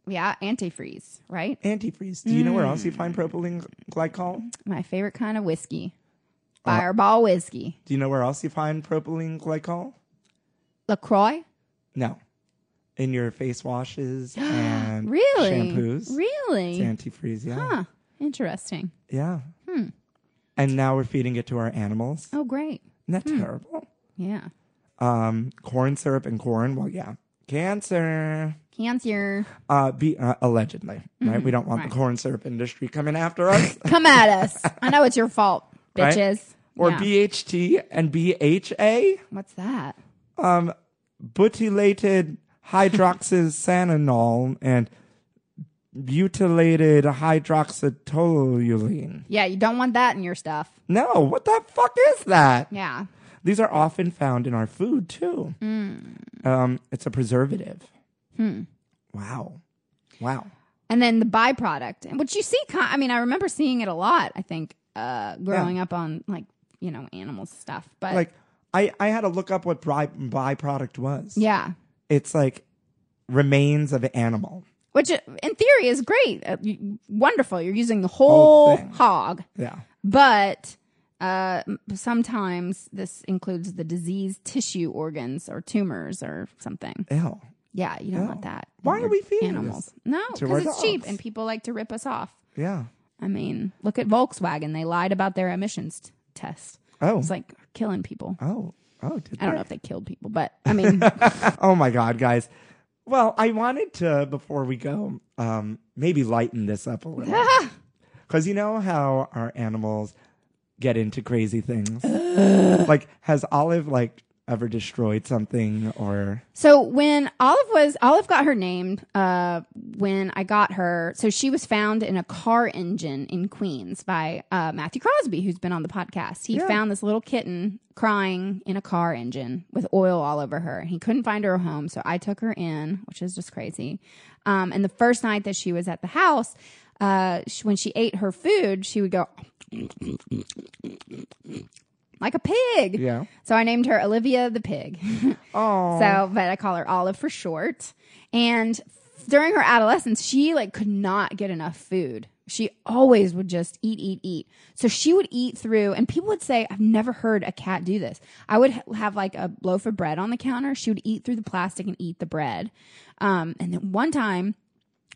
A: Yeah, antifreeze, right?
B: antifreeze do you know where else you find propylene glycol
A: My favorite kind of whiskey.
B: Uh,
A: Fireball whiskey.
B: do you know where else you find propylene glycol
A: LaCroix?
B: no in your face washes and
A: Really?
B: shampoos
A: Really?
B: It's antifreeze yeah
A: huh. Interesting.
B: yeah and now we're feeding it to our animals
A: Oh, great.
B: isn't that terrible
A: Yeah.
B: um, corn syrup and corn. Well, yeah, cancer.
A: Cancer.
B: Uh, be uh, allegedly,
A: Mm-hmm.
B: right? We don't want the corn syrup industry coming after us,
A: Come at us. I know it's your fault,
B: Right?
A: bitches.
B: or
A: Yeah.
B: BHT and BHA,
A: What's that?
B: butylated hydroxysanol and butylated hydroxytoluene.
A: Yeah, you don't want that in your stuff.
B: No, what the fuck is that?
A: Yeah.
B: These are often found in our food too.
A: Hmm.
B: Um, it's a preservative. Wow, wow.
A: And then the byproduct, and which you see, ki- I mean, I remember seeing it a lot, I think, uh, growing up on like, you know, animal stuff. But
B: like I, I had to look up what by, byproduct was.
A: yeah,
B: It's like remains of animal.
A: which uh, in theory is great. Uh, you- wonderful. You're
B: Oh,
A: using the whole
B: thing.
A: hog.
B: Yeah.
A: But uh, m- sometimes this includes the diseased tissue organs or tumors or something.
B: Ew.
A: Yeah, you don't want that. in
B: Oh. Why are
A: your
B: we feeding
A: animals? No,
B: to our
A: because it's cheap
B: dogs?
A: and people like to rip us off.
B: Yeah.
A: I mean, look at Volkswagen. They lied about their emissions t- test.
B: Oh.
A: It's like killing people.
B: oh. Oh. Did
A: I don't know if they killed people, but I mean,
B: know. Oh my God, guys. Well, I wanted to before we go, um, maybe lighten this up a little, because you know how our animals get into crazy things. like, has Olive like ever destroyed something or?
A: So when Olive was Olive got her name uh, when I got her. So she was found in a car engine in Queens by uh, Matthew Crosby, who's been on the podcast. He found this little kitten crying in a car engine with oil all over her. He couldn't find her home, so I took her in, which is just crazy. Um, and the first night that she was at the house, uh, she, when she ate her food, she would go like a pig.
B: Yeah.
A: So I named her Olivia the pig.
B: Oh.
A: So, but I call her Olive for short. And during her adolescence, she like could not get enough food. She always would just eat, eat, eat. So she would eat through, and people would say, I've never heard a cat do this. I would ha- have like a loaf of bread on the counter. She would eat through the plastic and eat the bread. Um, and then one time,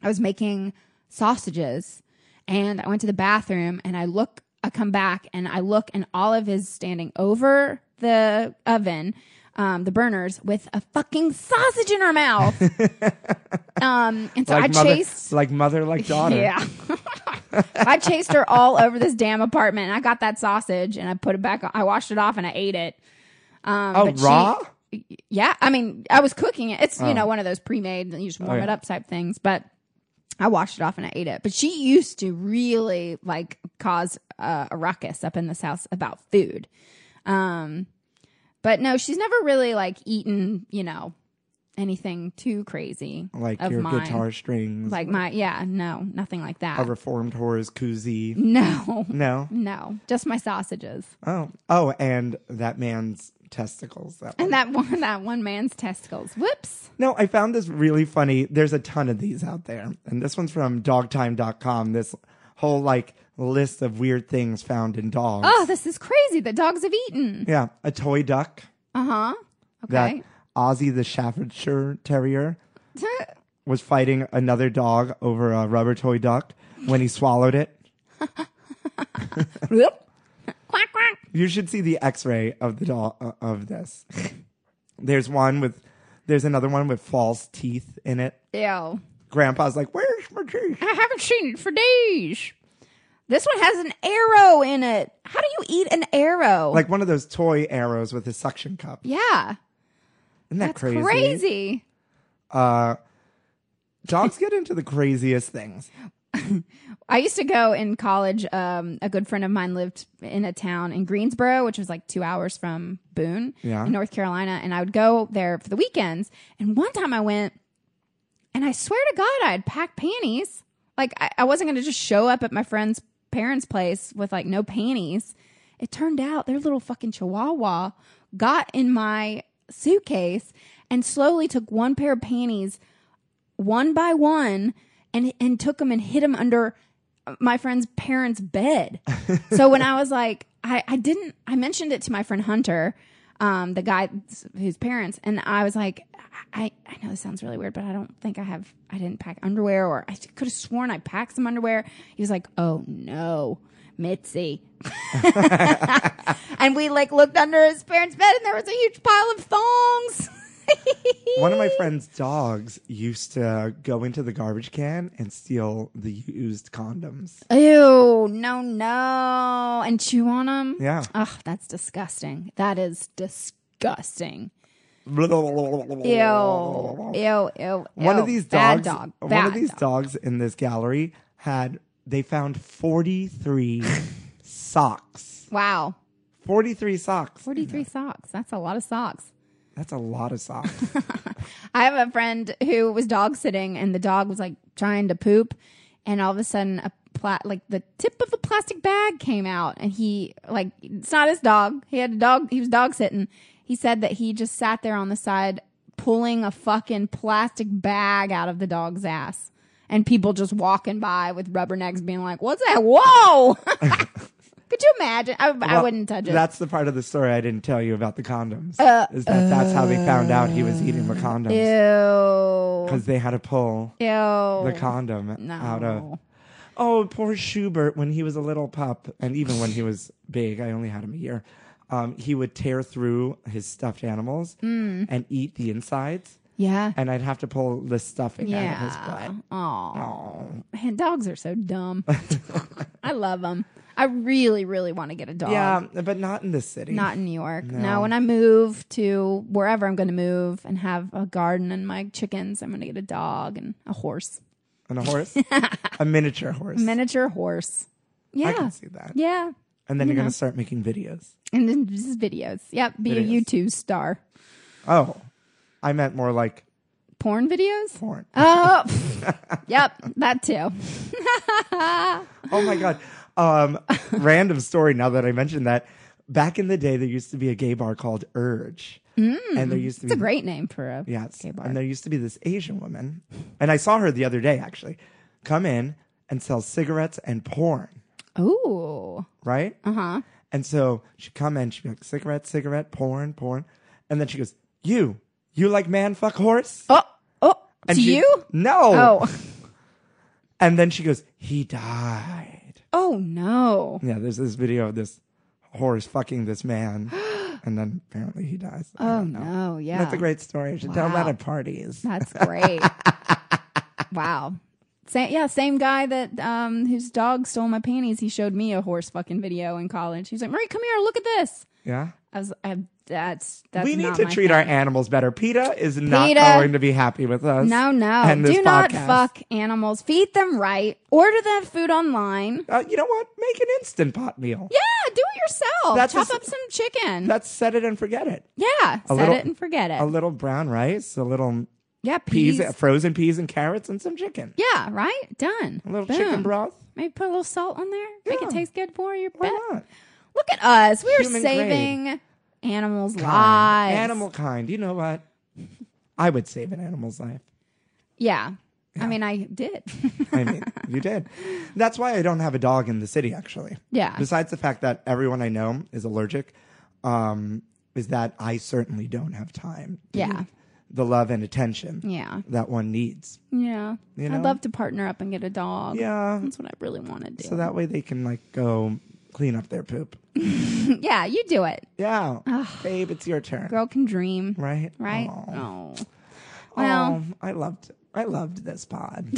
A: I was making sausages and I went to the bathroom and I look, I come back and I look and Olive is standing over the oven, um, the burners with a fucking sausage in her mouth. um, and so
B: like
A: I
B: mother,
A: chased.
B: like mother, like daughter.
A: Yeah. I chased her all over this damn apartment and I got that sausage and I put it back on. I washed it off and I ate it. Um,
B: Oh,
A: but she-
B: raw.
A: yeah, I mean, I was cooking it. It's you know one of those pre-made, you just warm
B: Oh. yeah.
A: it up type things. But I washed it off and I ate it. But she used to really like cause uh, a ruckus up in this house about food. Um, but no, she's never really like eaten, you know, anything too crazy
B: like
A: of
B: your
A: mine.
B: guitar strings,
A: like my yeah, no, nothing like that.
B: a reformed whore's koozie.
A: no,
B: No.
A: no, just my sausages.
B: Oh, oh, and that man's testicles. That one.
A: And that one, that one man's testicles. Whoops.
B: No, I found this really funny. There's a ton of these out there. And this one's from dogtime.com. This whole like list of weird things found in dogs.
A: Oh, this is crazy. The dogs have eaten.
B: Yeah, a toy duck
A: Uh huh.
B: that
A: Okay.
B: Ozzy the Staffordshire Terrier was fighting another dog over a rubber toy duck when he swallowed it.
A: Whoop. quack quack.
B: You should see the X-ray of the doll uh, of this. there's one with, there's another one with false teeth in it.
A: Ew.
B: Grandpa's like, "Where's my teeth?"
A: I haven't seen it for days. This one has an arrow in it. How do you eat an arrow?
B: Like one of those toy arrows with a suction cup.
A: yeah,
B: Isn't that
A: that's crazy.
B: Dogs get into the craziest things.
A: I used to go in college. Um, a good friend of mine lived in a town in Greensboro, which was like two hours from Boone,
B: Yeah.
A: in North Carolina, and I would go there for the weekends. And one time I went, and I swear to God, I had packed panties. Like I, I wasn't going to just show up at my friend's parents' place with like no panties. It turned out their little fucking chihuahua got in my suitcase and slowly took one pair of panties one by one and and took them and hid them under my friend's parents' bed. so when I was like, I, I didn't, I mentioned it to my friend Hunter, um, the guy whose parents, and I was like, I, I know this sounds really weird, but I don't think I have, I didn't pack underwear or I could have sworn I packed some underwear. He was like, oh no, Mitzi. and we like looked under his parents' bed and there was a huge pile of thongs.
B: One of my friend's dogs used to go into the garbage can and steal the used condoms.
A: Ew, no, no. And chew on them?
B: Yeah.
A: Ugh, that's disgusting. That is disgusting. Ew. Ew, ew, ew.
B: Oh. One of these
A: Bad
B: dogs,
A: dog.
B: one
A: Bad
B: of these
A: dog.
B: dogs in this gallery had they found 43 socks.
A: Wow.
B: 43 socks.
A: 43 socks. That's a lot of socks.
B: That's a lot of socks.
A: I have a friend who was dog sitting and the dog was like trying to poop and all of a sudden a pla- like the tip of a plastic bag came out and he like it's not his dog. He had a dog he was dog sitting. He said that he just sat there on the side pulling a fucking plastic bag out of the dog's ass. And people just walking by with rubbernecks being like, What's that? Whoa Could you imagine? I, I
B: Well,
A: wouldn't touch it. Uh,
B: That's the part of the story I didn't tell you about the condoms. is that that's how they found out he was eating the condoms
A: Ew.
B: because they had to pull
A: Ew.
B: the condom
A: Oh, no.
B: out of. Oh, poor Schubert! When he was a little pup, and even when he was big, I only had him a year. Um, he would tear through his stuffed animals
A: Mm.
B: and eat the insides,
A: yeah.
B: and I'd have to pull the stuffing out of his
A: Yeah.
B: butt.
A: Oh. Man, dogs are so dumb. I love them. I really, really want to get a dog.
B: Yeah, but not in this city.
A: Not in New York. No. when I move to wherever I'm going to move and have a garden and my chickens, I'm going to get a dog and a horse,
B: and a horse, a miniature horse.
A: miniature horse. Yeah.
B: I can see that.
A: Yeah.
B: And then you're gonna start making videos.
A: And then just videos. Yep. Be
B: Videos.
A: a YouTube star.
B: Oh, I meant more like
A: Porn videos?
B: porn.
A: Oh, pff. yep. That too.
B: Oh my god. Um, random story. Now that I mentioned that, back in the day, there used to be a gay bar called Urge, and there used to
A: Mm. It's a
B: be
A: great name for a
B: yes,
A: gay bar.
B: and there used to be this Asian woman, and I saw her the other day actually come in and sell cigarettes and porn.
A: Ooh.
B: Right. Uh
A: Uh-huh.
B: huh. And so she would come in, she'd be like cigarette, cigarette, porn, porn, and then she goes, "You, you like man, fuck, horse."
A: Oh, oh.
B: And
A: to
B: she-
A: you?
B: No.
A: Oh.
B: And then she goes, "He died."
A: Oh no.
B: Yeah, there's this video of this horse fucking this man, and then apparently he dies. I
A: Oh
B: don't know.
A: no, yeah.
B: That's a great story. I should tell that
A: Wow.
B: at parties.
A: That's great. wow. Same, yeah, same guy that um whose dog stole my panties. He showed me a horse fucking video in college. He's like, "Marie, come here, look at this."
B: Yeah.
A: I was, I, that's that's.
B: we need
A: not
B: to
A: my
B: treat our
A: thing.
B: animals better. PETA is not
A: PETA.
B: going to be happy with us.
A: No, no.
B: and this
A: Do not
B: podcast.
A: fuck animals. Feed them right. Order them food online.
B: Uh, you know what? Make an instant pot meal.
A: Yeah, do it yourself.
B: That's a
A: Chop
B: s-
A: up some chicken.
B: That's set it and forget it.
A: yeah, set
B: little-
A: it and forget it.
B: A little brown rice, a little
A: yeah, peas.
B: peas, frozen peas and carrots, and some chicken.
A: Yeah, right. Done.
B: A little chicken broth.
A: Maybe put a little salt on there. Make it
B: Yeah.
A: taste good for your
B: Why
A: pet.
B: not?
A: Look at us. We are
B: Human
A: saving animals'
B: Kind.
A: lives.
B: Animal kind. You know what? I would save an animal's life.
A: Yeah. I mean, I did.
B: I mean, you did. That's why I don't have a dog in the city, actually.
A: Yeah.
B: Besides the fact that everyone I know is allergic, um, is that I certainly don't have time. to
A: Yeah.
B: give The love and attention
A: yeah.
B: that one needs.
A: Yeah.
B: You know?
A: I'd love to partner up and get a dog.
B: Yeah.
A: That's what I really want to do.
B: So that way they can like go clean up their poop.
A: yeah, you do it.
B: Yeah. Babe, it's your turn.
A: Girl can dream.
B: Right?
A: Right?
B: Aw.
A: Oh.
B: Oh,
A: Well,
B: I loved I loved this pod.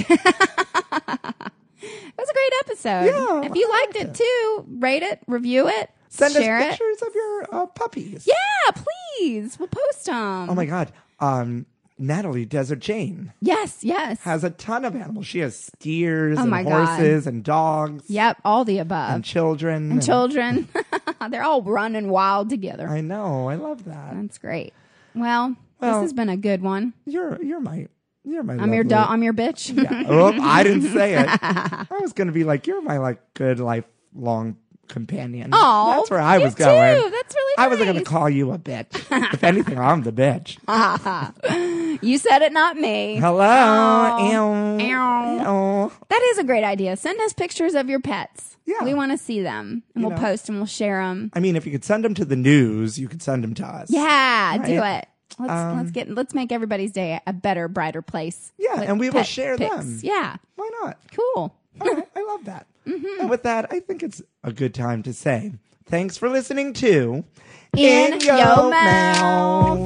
A: it was a great episode.
B: Yeah,
A: if you liked it too, rate it, review it,
B: Send
A: share
B: us
A: it.
B: pictures of your uh, puppies.
A: Yeah, please. We'll post them.
B: Oh my god. Um Natalie Desert Jane
A: yes, yes.
B: has a ton of animals. She has steers and
A: Oh my God.
B: horses and dogs
A: yep, all the above.
B: and children. and-
A: Children, they're all running wild together.
B: I know. I love that.
A: That's great. Well,
B: Well-
A: this has been a good one.
B: You're you're my you're my
A: I'm your
B: lovely-
A: dog. I'm your bitch.
B: oh, I didn't say it. I was gonna be like, you're my like good lifelong companion.
A: Oh,
B: that's where I
A: you
B: was going.
A: too. That's really.
B: I wasn't gonna
A: nice.
B: call you a bitch. if anything, I'm the bitch.
A: You said it, not me.
B: Hello. Ow.
A: Ow.
B: Ow.
A: That is a great idea. Send us pictures of your pets.
B: Yeah.
A: we want to see them, and
B: You
A: we'll
B: know.
A: post and we'll share them.
B: I mean, if you could send them to the news, you could send them to us.
A: Yeah, do
B: Right. Um,
A: it. Let's let's get let's make everybody's day a better, brighter place.
B: Yeah,
A: with
B: and we will
A: pet
B: share
A: pics.
B: them.
A: Yeah,
B: Why not?
A: cool.
B: All right, I love that. And with that, I think it's a good time to say thanks for listening to
A: In Yo Mouth.